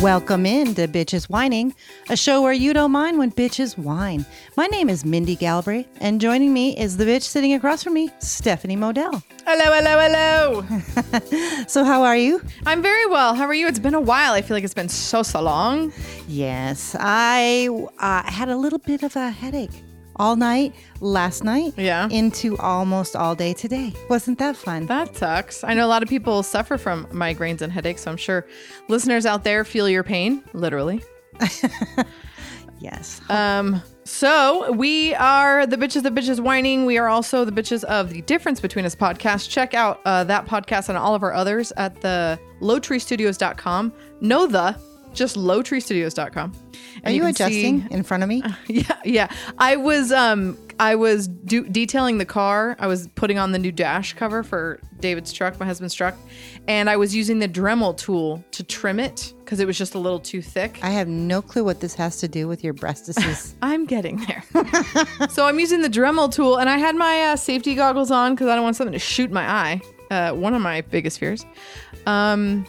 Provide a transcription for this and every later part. Welcome in to Bitches Whining, a show where you don't mind when bitches whine. My name is Mindy Galbraith, and joining me is the bitch sitting across from me, Stephanie Modell. Hello, hello, hello. So, how are you? I'm very well. How are you? It's been a while. I feel like it's been so, so long. Yes, I uh, had a little bit of a headache all night last night, Yeah. into almost all day today. Wasn't that fun? That sucks. I know a lot of people suffer from migraines and headaches, so I'm sure listeners out there feel your pain, literally. yes. Um, so we are the bitches, the bitches whining. We are also the bitches of the difference between us podcast. Check out uh, that podcast and all of our others at the lowtreestudios.com. No, the just lowtreestudios.com. And are you, can see- adjusting in front of me? yeah yeah i was um i was do- detailing the car i was putting on the new dash cover for david's truck my husband's truck and i was using the dremel tool to trim it because it was just a little too thick I have no clue what this has to do with your breastises. i'm getting there so i'm using the dremel tool and i had my uh, safety goggles on because i don't want something to shoot my eye uh, one of my biggest fears um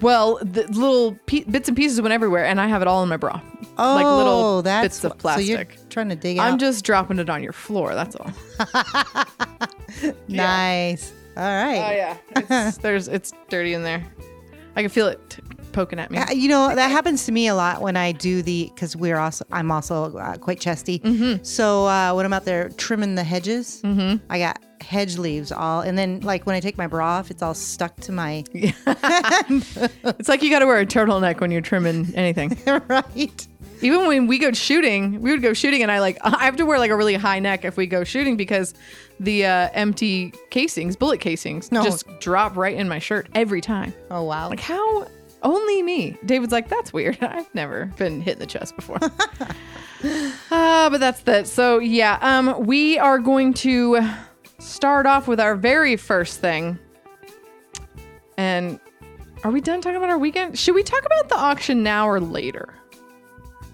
well, the little pe- bits and pieces went everywhere, and I have it all in my bra. Oh, like little that's bits of wh- so plastic. you're trying to dig I'm out. just dropping it on your floor. That's all. nice. All right. Oh yeah, it's, there's it's dirty in there. I can feel it t- poking at me. Uh, You know that happens to me a lot when I do the because we're also I'm also uh, quite chesty. So uh, when I'm out there trimming the hedges, I got hedge leaves all, and then like when I take my bra off, it's all stuck to my It's like you got to wear a turtleneck when you're trimming anything. right. Even when we go shooting, we would go shooting, and I like I have to wear like a really high neck if we go shooting because the uh, empty casings, bullet casings, No. just drop right in my shirt every time. Oh wow! Like how? Only me. David's like, that's weird. I've never been hit in the chest before. uh, but that's that. So yeah, um, we are going to start off with our very first thing. And are we done talking about our weekend? Should we talk about the auction now or later?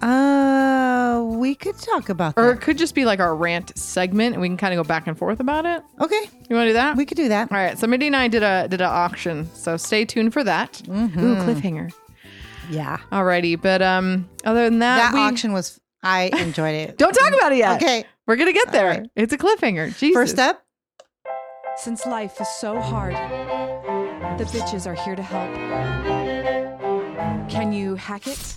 Uh, we could talk about Or that. it could just be like our rant segment and we can kind of go back and forth about it. Okay, You want to do that? we could do that. All right. So Mindy and I did a did an auction. So stay tuned for that. Ooh, cliffhanger. Yeah, Uh, Alrighty, but um, other than that, that we- auction was I enjoyed it. Don't talk about it yet. Okay. we're gonna get there. right. It's a cliffhanger. Jesus. First up, Since life is so hard, the bitches are here to help. Can you hack it?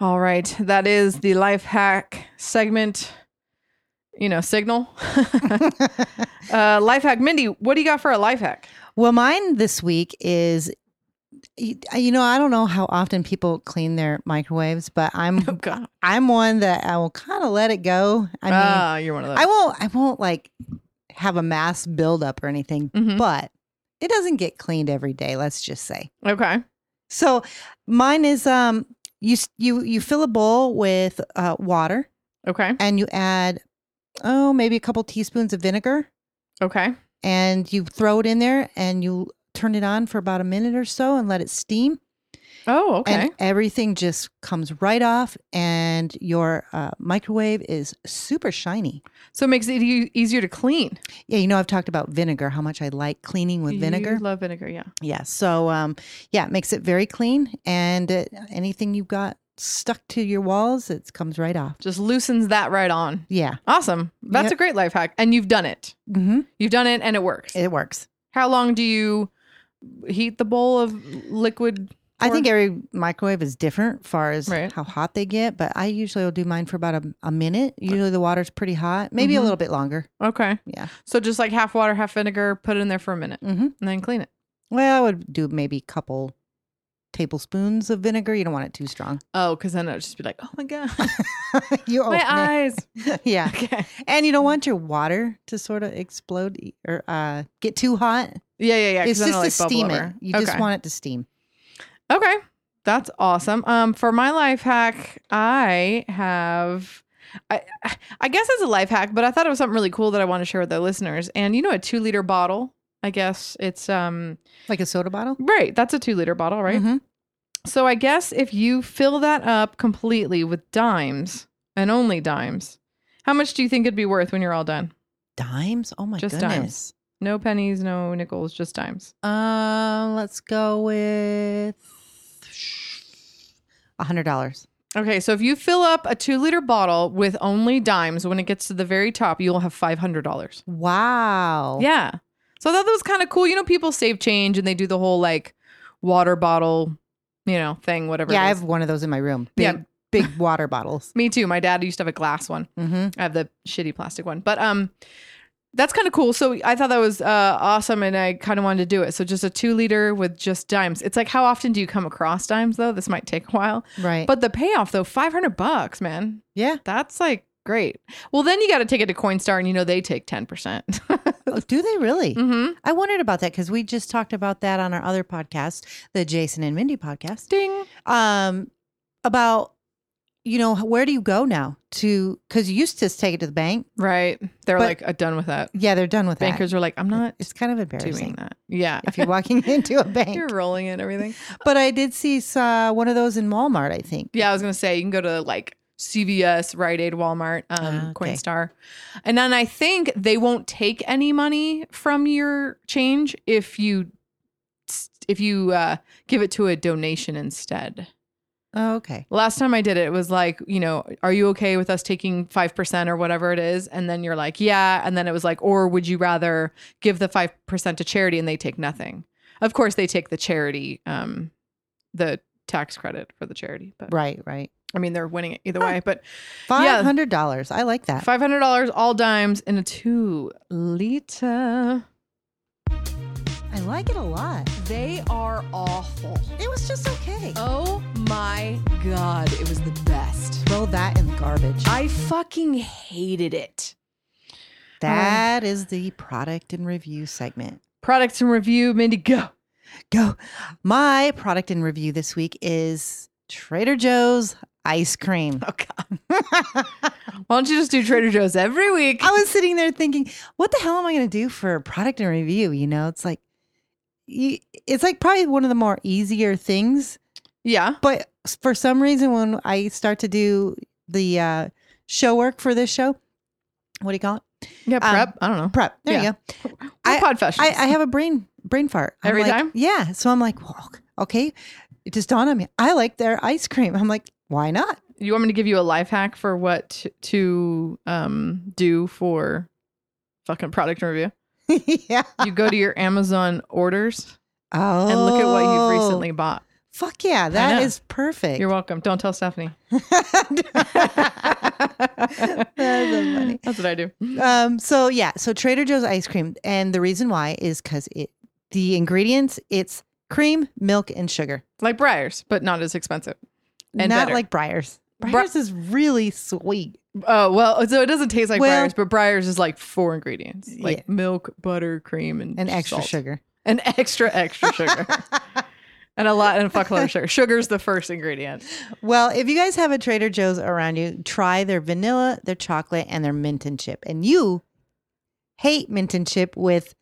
All right, that is the life hack segment. You know, signal. uh, life hack, Mindy. What do you got for a life hack? Well, mine this week is, y- you know, I don't know how often people clean their microwaves, but I'm God. I'm one that I will kind of let it go. Oh, I mean, Ah, you're one of those. I won't I won't like have a mass buildup or anything, Mhm. but it doesn't get cleaned every day. Let's just say. Mm-hmm. okay. So mine is um you s- you you fill a bowl with uh, water Okay. and you add oh maybe a couple teaspoons of vinegar Okay. and you throw it in there and you turn it on for about a minute or so and let it steam Oh, okay. and everything just comes right off and your uh, microwave is super shiny so it makes it e- easier to clean. yeah you know i've talked about vinegar how much i like cleaning with You vinegar love vinegar. Yeah. yeah so um, yeah it makes it very clean and uh, anything you've got stuck to your walls it comes right off Just loosens that right on. yeah Awesome. That's Yep. a great life hack, and you've done it. hmm You've done it, and it works. it works How long do you heat the bowl of liquid? I think for? every microwave is different far as Right. how hot they get, but I usually will do mine for about a, a minute. Uh Usually the water's pretty hot, maybe a Mhm. little bit longer. okay. Yeah. So just like half water, half vinegar, put it in there for a minute hmm and then clean it. Well, I would do maybe a couple tablespoons of vinegar. You don't want it too strong. Oh, because then it'll just be like, oh my god, you my open it. eyes. yeah. Okay. And you don't want your water to sort of explode e- or uh, get too hot. Yeah, yeah, yeah. 'cause it's then just it'll, to like, bubble steam it. over. You okay. just want it to steam. Okay. That's awesome. Um, for my life hack, I have I, I guess it's a life hack, but I thought it was something really cool that I want to share with our listeners. And you know, a two liter bottle. I guess it's um Like a soda bottle? right. That's a two liter bottle, right? Mhm. So I guess if you fill that up completely with dimes and only dimes, how much do you think it'd be worth when you're all done? Dimes? Oh my Just goodness. No pennies, no nickels, just dimes. Um, let's go with a hundred dollars. Okay, so if you fill up a two liter bottle with only dimes, when it gets to the very top, you'll have five hundred dollars. Wow. Yeah. So I thought that was kind of cool. You know, people save change and they do the whole like water bottle, you know, thing, whatever. Yeah, I it have is. one of those in my room. Big, Yeah. big water bottles. Me too. My dad used to have a glass one. Mm-hmm. I have the shitty plastic one, but um, that's kind of cool. So I thought that was uh, awesome, and I kind of wanted to do it. So just a two liter with just dimes. It's like how often do you come across dimes though? This might take a while, Right. but the payoff though, five hundred bucks, man. yeah. That's like great. Well, then you got to take it to Coinstar, and you know they take ten percent. Oh, do they really? mm-hmm. I wondered about that because we just talked about that on our other podcast, the Jason and Mindy podcast. Ding. Um, about you know where do you go now to because you used to take it to the bank. Right. They're But- like, I'm done with that. Yeah, they're done with that. bankers are like, I'm not It's kind of doing embarrassing that. Yeah. if you're walking into a bank. You're rolling it, everything. But I did see uh, one of those in Walmart. I think. Yeah, I was gonna say you can go to like CVS, Rite Aid, Walmart, um, Ah, okay. Coinstar, and then I think they won't take any money from your change if you if you uh, give it to a donation instead. Oh, okay. Last time I did it, it was like, you know, are you okay with us taking 5% or whatever it is? And then you're like, yeah. And then it was like, or would you rather give the 5% to charity and they take nothing? Of course, they take the charity, um, the tax credit for the charity. But Right. Right. I mean, they're winning it either Huh. way. But Five hundred dollars. I like that. $500, all dimes, and a two liter. I like it a lot. They are awful. It was just okay. Oh my god, it was the best. Throw that in the garbage. I fucking hated it. That is the product and review segment. Products and review, Mindy, go. Go. My product and review this week is Trader Joe's ice cream. Oh, God. Why don't you just do Trader Joe's every week? I Oh. was sitting there thinking, what the hell am I going to do for product and review? You know, it's like, you, it's like probably one of the more easier things. Yeah. But for some reason, when I start to do the uh, show work for this show, what do you call it? Yeah, Um, prep. I don't know. Prep. There you Yeah. go. We're I- podfessionals. I, I have a brain brain fart I'm Every like- time? Yeah. So I'm like, well, okay. It just dawned on me. I like their ice cream. I'm like, why not? you want me to give you a life hack for what t- to um do for fucking product review? yeah. You go to your Amazon orders Oh. and look at what you've recently bought. Fuck yeah, that know. is perfect. You're welcome. Don't tell Stephanie. so funny. That's what I do. um. So yeah. So Trader Joe's ice cream, and the reason why is because it the ingredients it's cream, milk, and sugar. Like Briars, but not as expensive. And not better. like Briar's. Bri- Briar's is really sweet. Oh well, so it doesn't taste like Well- Briars, but Briars is like four ingredients, like Yeah. milk, butter, cream, and And extra salt. sugar. and extra extra sugar, and a lot and a fuckload of sugar. Sugar's the first ingredient. Well, if you guys have a Trader Joe's around you, try their vanilla, their chocolate, and their mint and chip. And you hate mint and chip with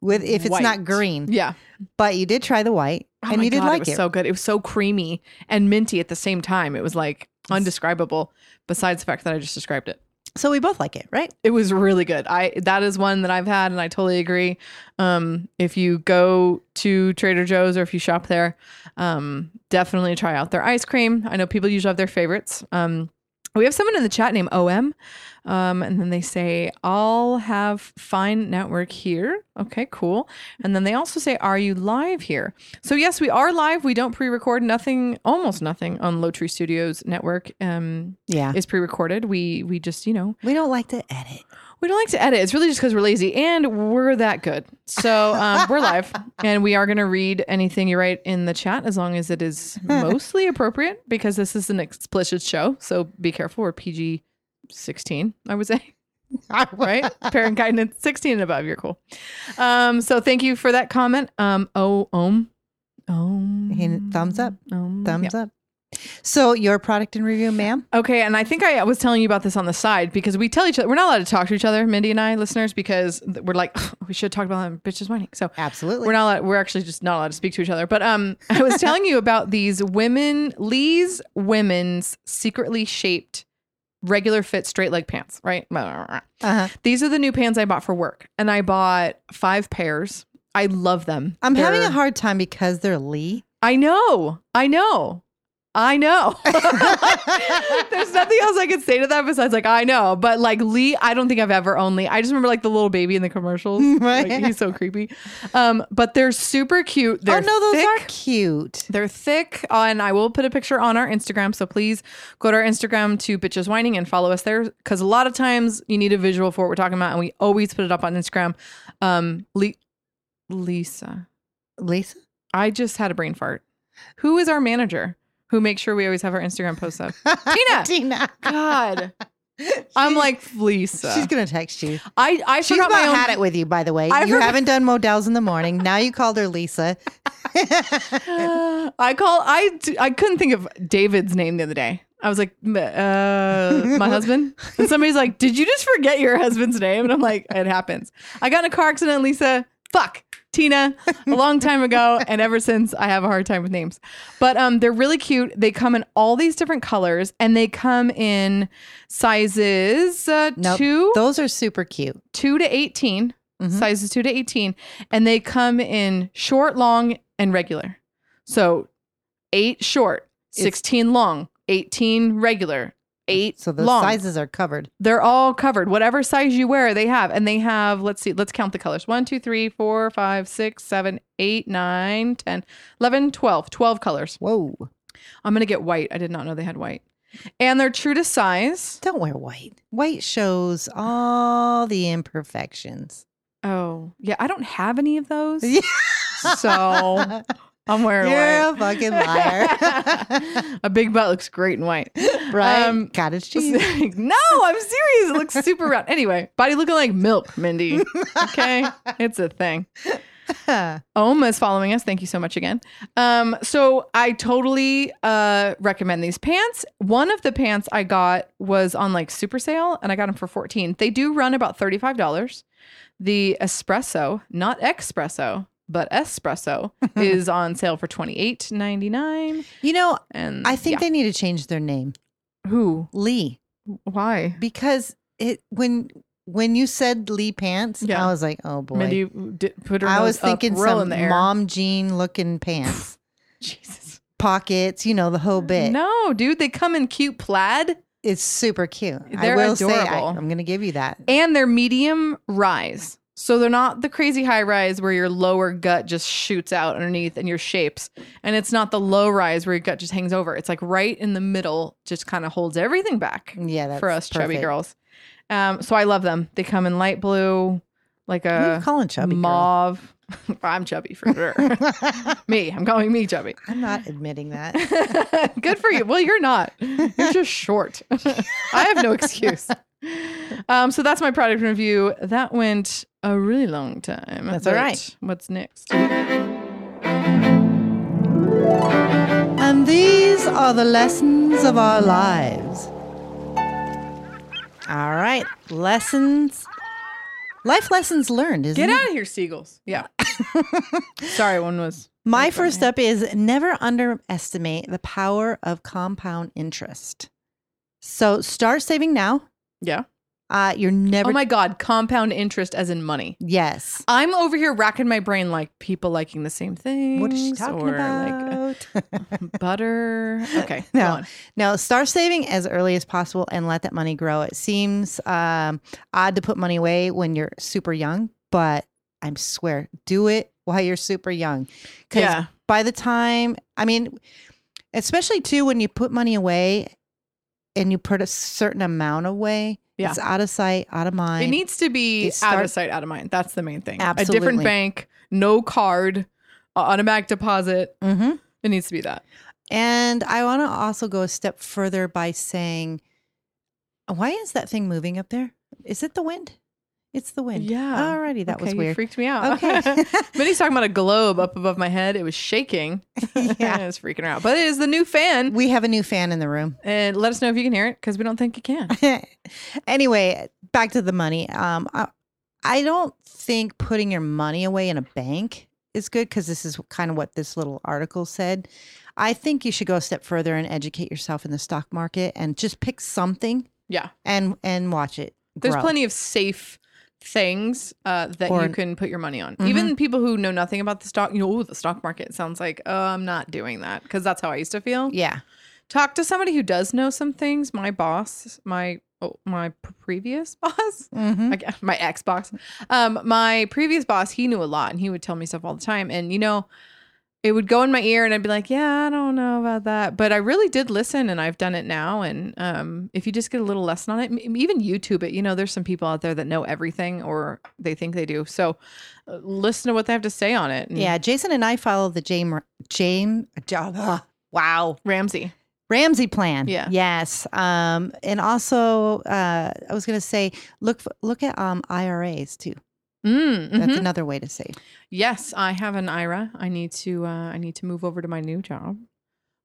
with if it's White. not green, Yeah, but you did try the white Oh and my you did God, like it was it. so good. It was so creamy and minty at the same time. It was like undescribable. Besides the fact that I just described it, so we both like it, right? it was really good. I that is one that I've had, and I totally agree. Um, if you go to Trader Joe's or if you shop there, um, definitely try out their ice cream. I know people usually have their favorites. Um, we have someone in the chat named OM, um, and then they say, I'll have fine network here. Okay, cool. And then they also say, Are you live here? So, yes, we are live. We don't pre record nothing, almost nothing on Low Tree Studios Network um, Yeah. is pre recorded. We, we just, you know, We don't like to edit. we don't like to edit. It's really just because we're lazy and we're that good. So um, we're live and we are going to read anything you write in the chat as long as it is mostly appropriate because this is an explicit show. So be careful. We're PG 16, I would say. right? Parent guidance 16 and above. You're cool. Um, so thank you for that comment. Um, oh, om. Om. And thumbs up. Om. Thumbs up. So your product and review, ma'am. Okay, and I think I was telling you about this on the side because we tell each other we're not allowed to talk to each other, Mindy and I, listeners, because th- we're like we should talk about them. Bitches whining. So Absolutely. we're not. Allowed, we're actually just not allowed to speak to each other. But um, I was telling you about these women, Lee's women's secretly shaped regular fit straight leg pants. Right. Uh-huh. These are the new pants I bought for work, and I bought five pairs. I love them. I'm having a They're- hard time because they're Lee. I know. I know. I know. There's nothing else I could say to that besides like I know. But like Lee, I don't think I've ever owned Lee. I just remember like the little baby in the commercials. Right. Like, he's so creepy. Um, but they're super cute. They're oh no, those thick. are cute. They're thick, uh, and I will put a picture on our Instagram. So please go to our Instagram to Bitches Whining and follow us there because a lot of times you need a visual for what we're talking about, and we always put it up on Instagram. Um, Le- Lisa, Lisa? I just had a brain fart. Who is our manager who makes sure we always have our Instagram posts up? Tina! Tina. God, I'm like Lisa. She's gonna text you. I I She's forgot about my own. had it with you, by the way. I you forgot- haven't done Modell's in the morning. Now you called her Lisa. Uh, I call I d- I couldn't think of David's name the other day. I was like, "M- uh, my husband, and somebody's like, "Did you just forget your husband's name?" And I'm like, "It happens. I got in a car accident, Lisa. Fuck, Tina, a long time ago, and ever since I have a hard time with names. But um, they're really cute. They come in all these different colors, and they come in sizes uh, Nope. two, Those are super cute. two to 18 Mhm. sizes two to 18 and they come in short long and regular so eight short It's- 16 long 18 regular eight So the long sizes are covered. they're all covered whatever size you wear they have and they have let's see let's count the colors One, two, three, four, five, six, seven, eight, nine, ten, eleven, twelve. 12 colors Whoa. i'm gonna get white i did not know they had white and they're true to size Don't wear white. White shows all the imperfections. oh yeah i don't have any of those Yeah. so i'm wearing white You're a fucking liar. a big butt looks great in white. right? Um, Cottage cheese. no, I'm serious. It looks super round. Anyway, body looking like milk, Mindy. Okay, it's a thing. Oma is following us. Thank you so much again. Um, so I totally uh, recommend these pants. One of the pants I got was on like super sale, and I got them for fourteen. They do run about thirty five dollars. The espresso, not espresso, but espresso, is on sale for twenty eight ninety nine. you know, And I think Mm, yeah. they need to change their name, who Lee, why because it when when you said Lee pants, Yeah. I was like, oh boy. Mindy did put her I nose was thinking up, real some in the air. mom jean looking pants, Jesus. pockets, you know, the whole bit. No, dude, they come in cute plaid It's super cute. They're I will say, I, adorable. I'm going to give you that. and they're medium rise. So they're not the crazy high rise where your lower gut just shoots out underneath and your shapes. And it's not the low rise where your gut just hangs over. It's like right in the middle, just kind of holds everything back yeah, that's for us chubby perfect. girls. Um, so I love them. They come in light blue, like Who you a calling chubby girl? mauve. I'm chubby for sure. me, I'm calling me chubby. I'm not admitting that. Good for you. Well, you're not. You're just short. I have no excuse. Um, so that's my product review. That went a really long time. That's all But right. What's next? And these are the lessons of our lives. All right, lessons. Life lessons learned, isn't Get it? out of here, seagulls. Yeah. Sorry, one was. My first step is never underestimate the power of compound interest. So start saving now. Yeah. Uh, you're never. Oh my God. Compound interest as in money. yes. I'm over here racking my brain like people liking the same thing. What is she talking or like about? butter. Okay. go No, on. no. Start saving as early as possible and let that money grow. It seems um, odd to put money away when you're super young, but I swear, do it while you're super young. 'Cause Yeah. By the time, I mean, especially too when you put money away and you put a certain amount away, Yeah. it's out of sight, out of mind. It needs to be It out start- of sight, out of mind. That's the main thing. A Absolutely. different bank, no card, a- automatic deposit. Mhm. It needs to be that. And I want to also go a step further by saying, why is that thing moving up there? Is it the wind? It's the wind. Yeah. Alrighty, that was Oh, Okay, you weird. freaked me out. Okay. Minnie's talking about a globe up above my head. It was shaking. Yeah. it was freaking her out. But it is the new fan. we have a new fan in the room. And let us know if you can hear it because we don't think you can. anyway, back to the money. Um, I, I don't think putting your money away in a bank is good because this is kind of what this little article said. I think you should go a step further and educate yourself in the stock market and just pick something Yeah. and and watch it. There's grow. plenty of safe things uh, that Or- Mm-hmm. you can put your money on. Even people who know nothing about the stock, you know, oh, the stock market sounds like, oh, I'm not doing that because that's how I used to feel. Yeah. Talk to somebody who does know some things. My boss, my oh, my previous boss, hmm Like, my Xbox. Um, my previous boss, he knew a lot, and he would tell me stuff all the time. And you know, it would go in my ear, and I'd be like, "Yeah, I don't know about that," but I really did listen, and I've done it now. And um, if you just get a little lesson on it, m- even YouTube it, you know, there's some people out there that know everything, or they think they do. So uh, listen to what they have to say on it. And Yeah. Jason and I follow the James James. Wow. Ramsey. Ramsey plan. Yeah. Yes. Um, and also, uh, I was gonna say, look, f- look at um IRAs too. Mm, That's mhm. another way to save. Yes, I have an IRA. I need to uh, I need to move over to my new job.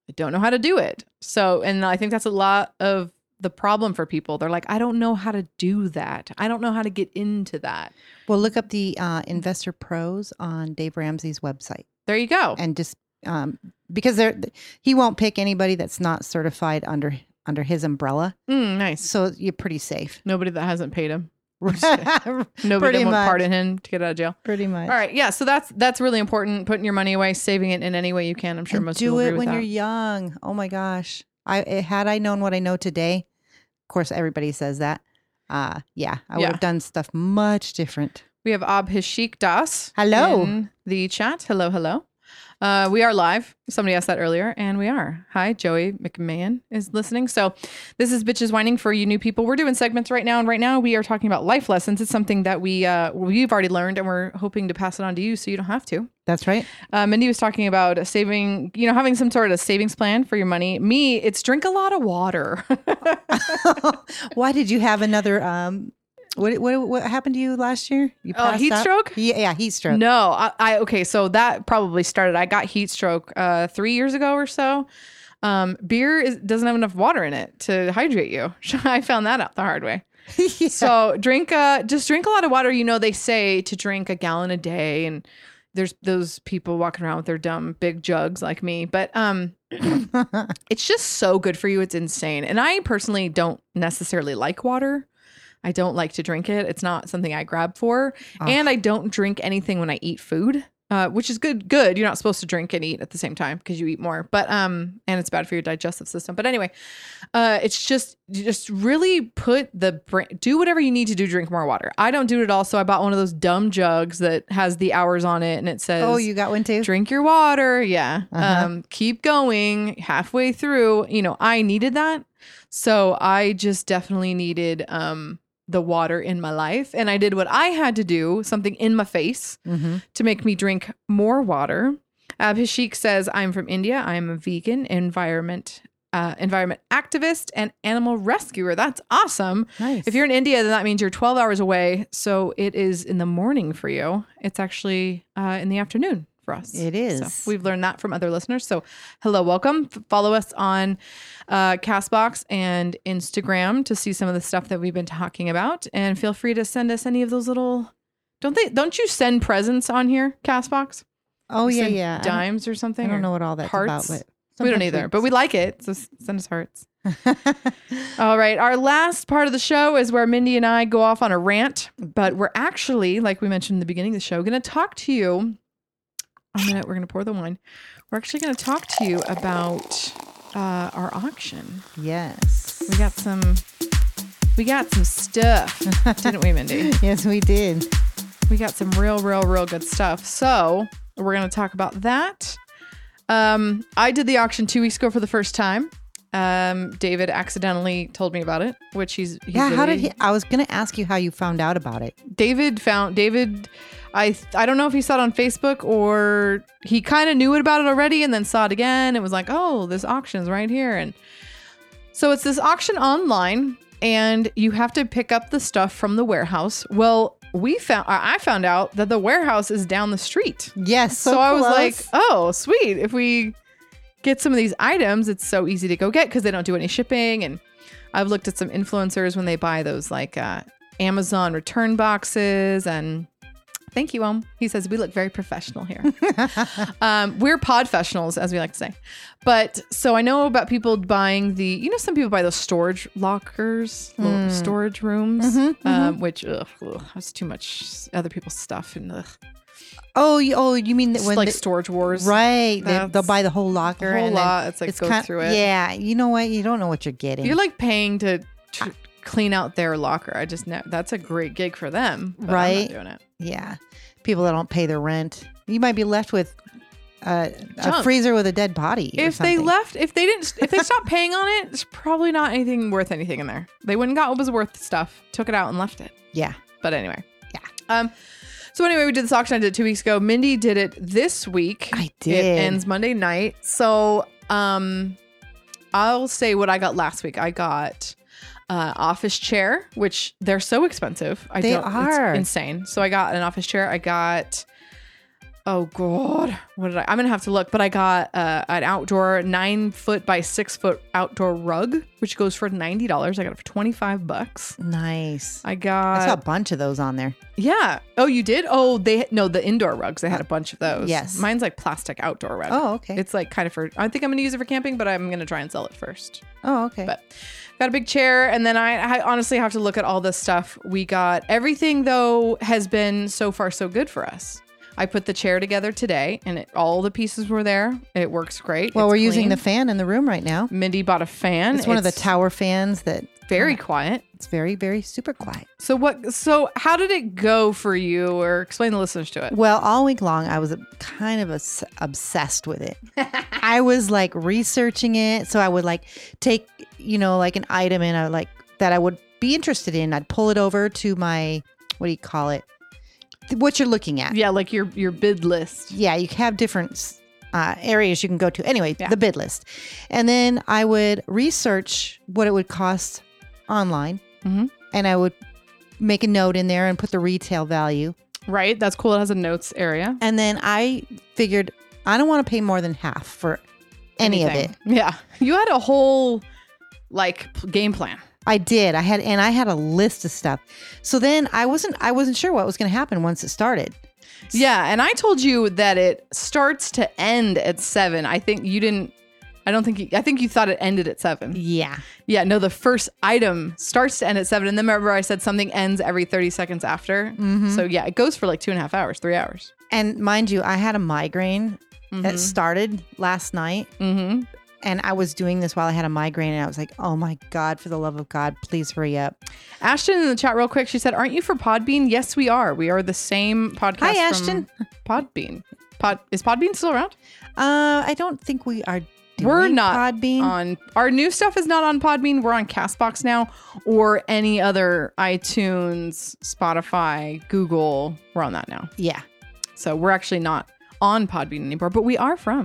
I don't know how to do it. So, and I think that's a lot of the problem for people. They're like, I don't know how to do that. I don't know how to get into that. Well, look up the uh, Investor Pros on Dave Ramsey's website, There you go. and just um, because they're he won't pick anybody that's not certified under under his umbrella, Mm, nice. so you're pretty safe. Nobody that hasn't paid him. Nobody Nobody that much. won't pardon him to get out of jail. Pretty much. All right. Yeah. So that's that's really important. Putting your money away, saving it in any way you can. I'm sure And most do people it agree with when that. you're young. Oh my gosh! I eh, had I known what I know today, of course everybody says that. Uh, yeah, I would Yeah. have done stuff much different. We have Abhishek Das. Hello. In the chat. Hello, hello. Uh, we are live. Somebody asked that earlier, and we are. Hi, Joey McMahon is listening. So, this is Bitches Whining for you new people. We're doing segments right now, and right now we are talking about life lessons. It's something that we uh, we've already learned, and we're hoping to pass it on to you, so you don't have to. That's right. Uh, Mindy was talking about saving, you know, having some sort of savings plan for your money. Me, it's drink a lot of water. Why did you have another? Um, what what what happened to you last year? You Oh, passed heat out? stroke? Yeah, yeah, heat stroke. No, I, I okay. So that probably started. I got heat stroke uh, three years ago or so. Um, beer is, doesn't have enough water in it to hydrate you. I found that out the hard way. Yeah. So drink, uh, just drink a lot of water. You know they say to drink a gallon a day, and there's those people walking around with their dumb big jugs like me. But um, it's just so good for you. It's insane. And I personally don't necessarily like water. I don't like to drink it. It's not something I grab for. Ah. And I don't drink anything when I eat food, uh, which is good. Good. You're not supposed to drink and eat at the same time because you eat more. But um, and it's bad for your digestive system. But anyway, uh, it's just you just really put the brain. Do whatever you need to do. to Drink more water. I don't do it at all. So I bought one of those dumb jugs that has the hours on it, and it says, oh, you got one too. drink your water yeah Uh-huh. um keep going halfway through you know i needed that so i just definitely needed um the water in my life and i did what i had to do something in my face Mm-hmm. to make me drink more water abhishek says i'm from india i'm a vegan environment uh, environment activist and animal rescuer that's awesome Nice. if you're in India, then that means you're 12 hours away. So it is in the morning for you. It's actually uh, in the afternoon for us. It is. So we've learned that from other listeners. So hello, welcome. F- follow us on uh, Castbox and Instagram to see some of the stuff that we've been talking about. And feel free to send us any of those little. Don't they? Don't you send presents on here, Castbox? oh You yeah, send yeah. I don't- Dimes or I something? don't, or- know what all that's hearts. about. But We don't sometimes either, but we like it. So s- send us hearts. we. All right. Our last part of the show is where Mindy and I go off on a rant, but we're actually, like we mentioned in the beginning of the show, going to talk to you. I'm gonna, we're going to pour the wine. We're actually going to talk to you about uh, our auction. yes. We got some. We got some stuff, didn't we, Mindy? Yes, we did. We got some real, real, real good stuff. So we're going to talk about that. Um, I did the auction two weeks ago for the first time. Um, David accidentally told me about it, which he's, he's Yeah. How did really- he? I was gonna ask you how you found out about it. David found David. I I don't know if he saw it on Facebook or he kind of knew it about it already and then saw it again. It was like, oh, this auction's right here, and so it's this auction online, and you have to pick up the stuff from the warehouse. Well, we found or I found out that the warehouse is down the street. Yes. So, So, I was close. like, oh, sweet. If we get some of these items, it's so easy to go get because they don't do any shipping. And I've looked at some influencers when they buy those like uh, Amazon return boxes. And thank you, Om. He says, we look very professional here. um, we're podfessionals, as we like to say. But so I know about people buying the, you know, some people buy those storage lockers, Mm. little storage rooms, Mm-hmm, um, which ugh, ugh, that's too much other people's stuff and ugh. oh, you, oh, you mean that It's when like the- storage wars, right? They, they'll That's- buy the whole locker. whole and then lot. It's like go kin- through it. Yeah. You know what? You don't know what you're getting. You're like paying to tr- clean out their locker. I just know that's a great gig for them, but I'm not Right. doing it. yeah. People that don't pay their rent, you might be left with uh, a Junk. freezer with a dead body. or If they something. left, if they didn't, if they stopped paying on it, it's probably not anything worth anything in there. They wouldn't got what was worth stuff, took it out and left it. yeah. But anyway, Yeah. Um. So anyway, we did this auction. I did it two weeks ago. Mindy did it this week. I It did. ends Monday night. So um, I'll say what I got last week. I got uh, office chair, which they're so expensive. I They don't, it's are. insane. So I got an office chair. I got. Oh god, what did I? I'm gonna have to look, but I got uh, an outdoor nine foot by six foot outdoor rug, which goes for ninety dollars. I got it for twenty five bucks. Nice. I got I saw a bunch of those on there. yeah. Oh, you did? Oh, they no, the indoor rugs. They had a bunch of those. Yes. Mine's like plastic outdoor rug. Oh, okay. It's like kind of for I think I'm gonna use it for camping, but I'm gonna try and sell it first. Oh, okay. But got a big chair, and then I, I honestly have to look at all this stuff we got. Everything though has been so far so good for us. I put the chair together today, and it, all the pieces were there. It works great. well, It's we're using clean. the fan in the room right now. Mindy bought a fan. It's one of the tower fans that very quiet. it's very, very super quiet. So what? So how did it go for you? Or explain the listeners to it. Well, all week long, I was kind of obs- obsessed with it. I was like researching it. So I would like take, you know, like an item and I would like that I would be interested in. I'd pull it over to my, what do you call it? Th- What you're looking at. Yeah, like your your bid list. yeah, you have different uh, areas you can go to. Anyway, Yeah. the bid list. And then I would research what it would cost online Mhm. and I would make a note in there and put the retail value. Right? That's cool. It has a notes area. And then I figured I don't want to pay more than half for any of it. Yeah. You had a whole like p- game plan. I did. I had and I had a list of stuff. So then I wasn't I wasn't sure what was going to happen once it started. Yeah, and I told you that it starts to end at 7. I think you didn't I don't think you, I think you thought it ended at 7. Yeah. Yeah, no, the first item starts to end at 7 and then remember I said something ends every 30 seconds after. So yeah, it goes for like two and a half hours, 3 hours. And mind you, I had a migraine Mm-hmm. that started last night. Mhm. and I was doing this while I had a migraine, and I was like, "Oh my god, for the love of God, please hurry up!" Ashton in the chat real quick, she said, "Aren't you for Podbean?" Yes, we are. We are the same podcast Hi, from Ashton. Podbean. Pod is Podbean still around? Uh, I don't think we are. Doing We're not Podbean. on our new stuff is not on Podbean. We're on Castbox now or any other iTunes, Spotify, Google. We're on that now. yeah, So we're actually not on Podbean anymore, but we are from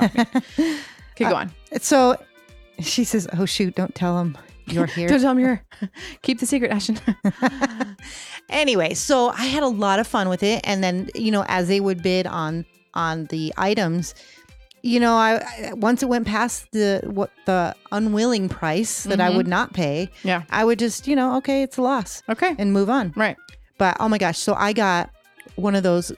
Podbean. okay, go on. so she says, "Oh shoot, don't tell him you're here." Don't tell me you're keep the secret, Ashton. anyway, so I had a lot of fun with it, and then you know, as they would bid on on the items, you know, I, I once it went past the what the unwilling price that Mm-hmm. I would not pay, yeah. I would just you know, okay, it's a loss, Okay. and move on. Right. But oh my gosh, so I got one of those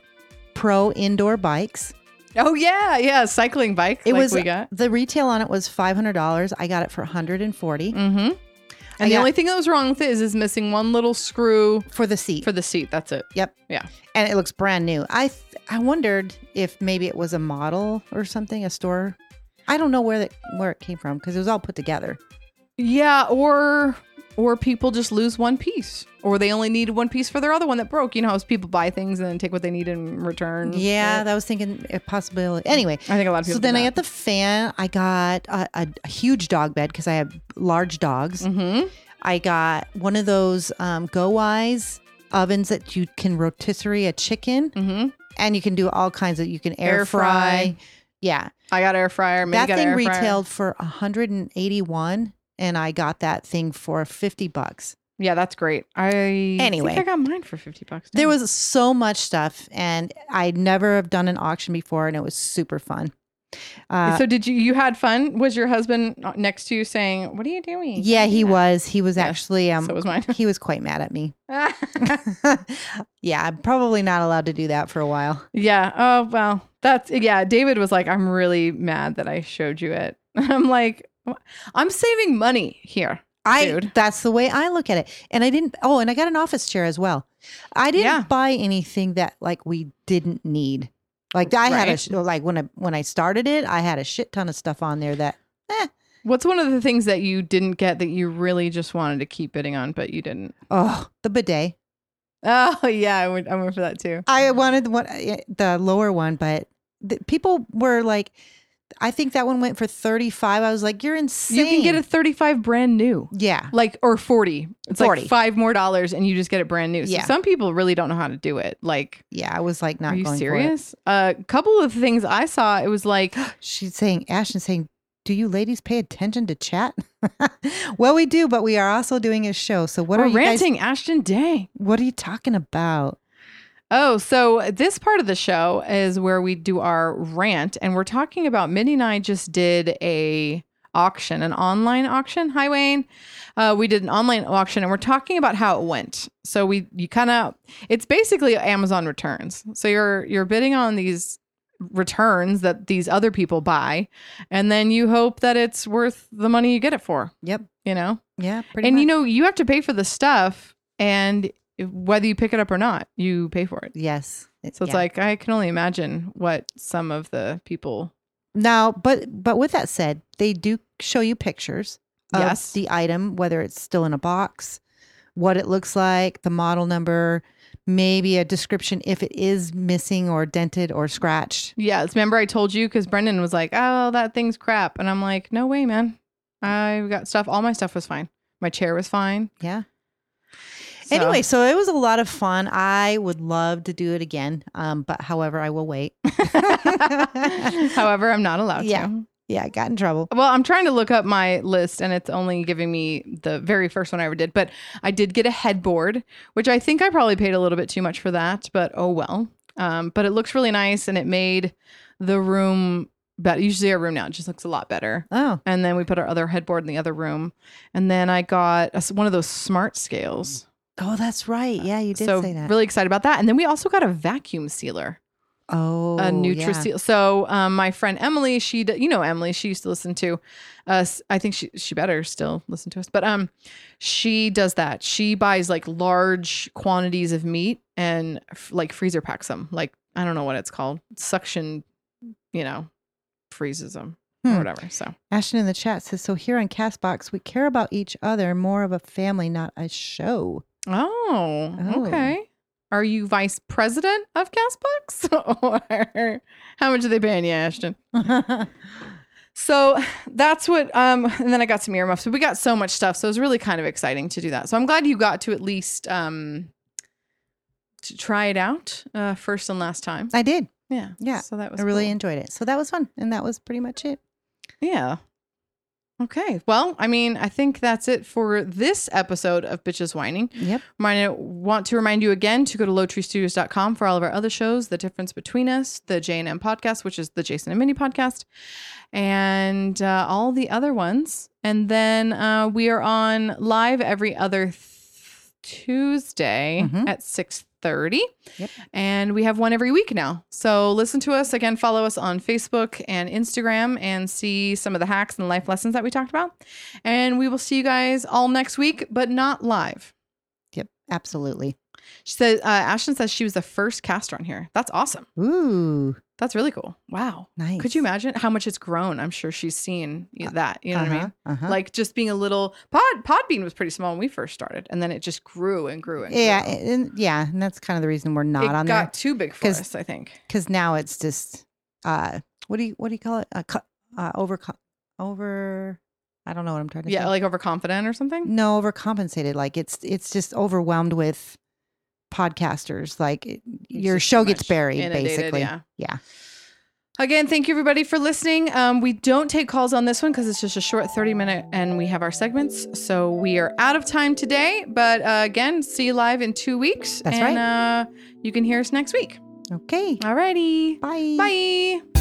pro indoor bikes. Oh yeah, yeah. Cycling bike. It like was we got. the retail on it was five hundred dollars. I got it for one hundred and forty Mm-hmm. And the got- only thing that was wrong with it is it's missing one little screw for the seat. for the seat. That's it. yep, Yeah. and it looks brand new. I th- I wondered if maybe it was a model or something, a store. I don't know where that where it came from because it was all put together. Yeah, or or people just lose one piece, or they only need one piece for their other one that broke. You know how people buy things and then take what they need and return. Yeah, it. that was thinking a possibility. Anyway, Mm, I think a lot of people. so then I got the fan. I got a, a, a huge dog bed because I have large dogs. hmm I got one of those um, Go Wise ovens that you can rotisserie a chicken, hmm and you can do all kinds of. You can air, Air fry. fry. Yeah, I got air fryer. Mindy that got thing air fryer. retailed for 181, and I got that thing for 50 bucks. Yeah, that's great. I think Anyway. I got mine for fifty bucks. There didn't was so much stuff, and I'd never have done an auction before, and it was super fun. I? Uh, so did you? You had fun? Was your husband uh, next to you saying, "What are you doing?" yeah, he Yeah. was. He was Yeah. actually. Um, So was mine. he was quite mad at me. yeah, I'm probably not allowed to do that for a while. yeah. Oh well, that's yeah. David was like, "I'm really mad that I showed you it." I'm like, "Wha- "I'm saving money here." I Dude. that's the way I look at it. And I didn't oh, and I got an office chair as well. I didn't Yeah. buy anything that like we didn't need. Like I had a Right. sh- like when I when I started it, I had a shit ton of stuff on there that What's one of the things that you didn't get that you really just wanted to keep bidding on, but you didn't? oh, the bidet. Oh yeah, I went. I went for that too. I wanted the one eh, the lower one, but the, people were like I think that one went for 35. I was like, "You're insane." You can get a 35 brand new. Yeah. Like or 40. It's 40. like 5 more dollars and you just get it brand new. So Yeah. some people really don't know how to do it. Like Yeah, I was like not are you going serious? A couple of things I saw it was like for it. She's saying Ashton saying do you ladies pay attention to chat? well, we do, but we are also doing a show. So what we're are you guys ranting Ashton Day. What are you talking about? Oh, so this part of the show is where we do our rant, and we're talking about Minnie and I just did a auction, an online auction. Hi, Wayne. Uh, we did an online auction, and we're talking about how it went. So we, you kind of, it's basically Amazon returns. So you're you're bidding on these returns that these other people buy, and then you hope that it's worth the money you get it for. Yep. You know, Yeah, pretty and much. you know you have to pay for the stuff, and whether you pick it up or not, you pay for it. yes. So it's yeah. like I can only imagine what some of the people. now, but but with that said, they do show you pictures of Yes. the item, whether it's still in a box, what it looks like, the model number, maybe a description if it is missing or dented or scratched. Yeah, it's- remember I told you because Brendan was like, "Oh, that thing's crap," and I'm like, "No way, man! I got stuff. All my stuff was fine. My chair was fine." Yeah. So- Anyway, so it was a lot of fun. I would love to do it again, um, but however, I will wait. however, I'm not allowed Yeah. to. Yeah, I got in trouble. Well, I'm trying to look up my list, and it's only giving me the very first one I ever did. But I did get a headboard, which I think I probably paid a little bit too much for that. But oh well. Um, but it looks really nice, and it made the room. better. usually our room now just looks a lot better. Oh, and then we put our other headboard in the other room and then i got a s one of those smart scales oh, that's right. Yeah, you did so say that. really excited about that and then we also got a vacuum sealer oh, a yeah. nutriseal so um, my friend emily she d- you know emily she used to listen to us i think she she better still listen to us but um she does that she buys like large quantities of meat and f- like freezer packs them like i don't know what it's called suction you know freezes them Hmm. or whatever so Ashton in the chat says, "So here on Castbox, we care about each other, more of a family, not a show." Oh, Oh. okay. Are you vice president of Castbox? or how much are they paying you, Ashton? So that's what um and then I got some earmuffs. But we got so much stuff. So it was really kind of exciting to do that. So I'm glad you got to at least um to try it out uh first and last time. I did. Yeah. Yeah, So that was I really cool. enjoyed it. So that was fun, and that was pretty much it. Yeah. Okay. Well, I mean, I think that's it for this episode of Bitches Whining. Yep. Remind, uh, want to remind you again to go to lowtreestudios.com for all of our other shows, The Difference Between Us, the J&M podcast, which is the Jason and Minnie podcast, and uh, all the other ones. And then uh, we are on live every other th- Tuesday Mhm. at 6.30. Yep. And we have one every week now. So listen to us. Again, follow us on Facebook and Instagram and see some of the hacks and life lessons that we talked about. And we will see you guys all next week, but not live. Yep. Absolutely. She says, uh, Ashton says she was the first caster on here. That's awesome. Ooh, That's really cool. Wow. nice. Could you imagine how much it's grown? I'm sure she's seen y- that. You know uh-huh, what I mean? Uh-huh. Like just being a little pod. Podbean was pretty small when we first started, and then it just grew and grew and yeah, grew. and, yeah, and that's kind of the reason we're not it on got there too big for 'Cause- us. I think because now it's just uh, what do you what do you call it? Uh, co- uh, over over. I don't know what I'm trying to say. yeah, like overconfident or something. no overcompensated like it's it's just overwhelmed with podcasters like it- It's your just show too gets much buried inundated, basically Yeah. Yeah. Again, thank you everybody for listening. Um, we don't take calls on this one because it's just a short 30 minute and we have our segments. So we are out of time today. But uh, again, see you live in two weeks. That's and right. uh, you can hear us next week. Okay. Alrighty. Bye. Bye.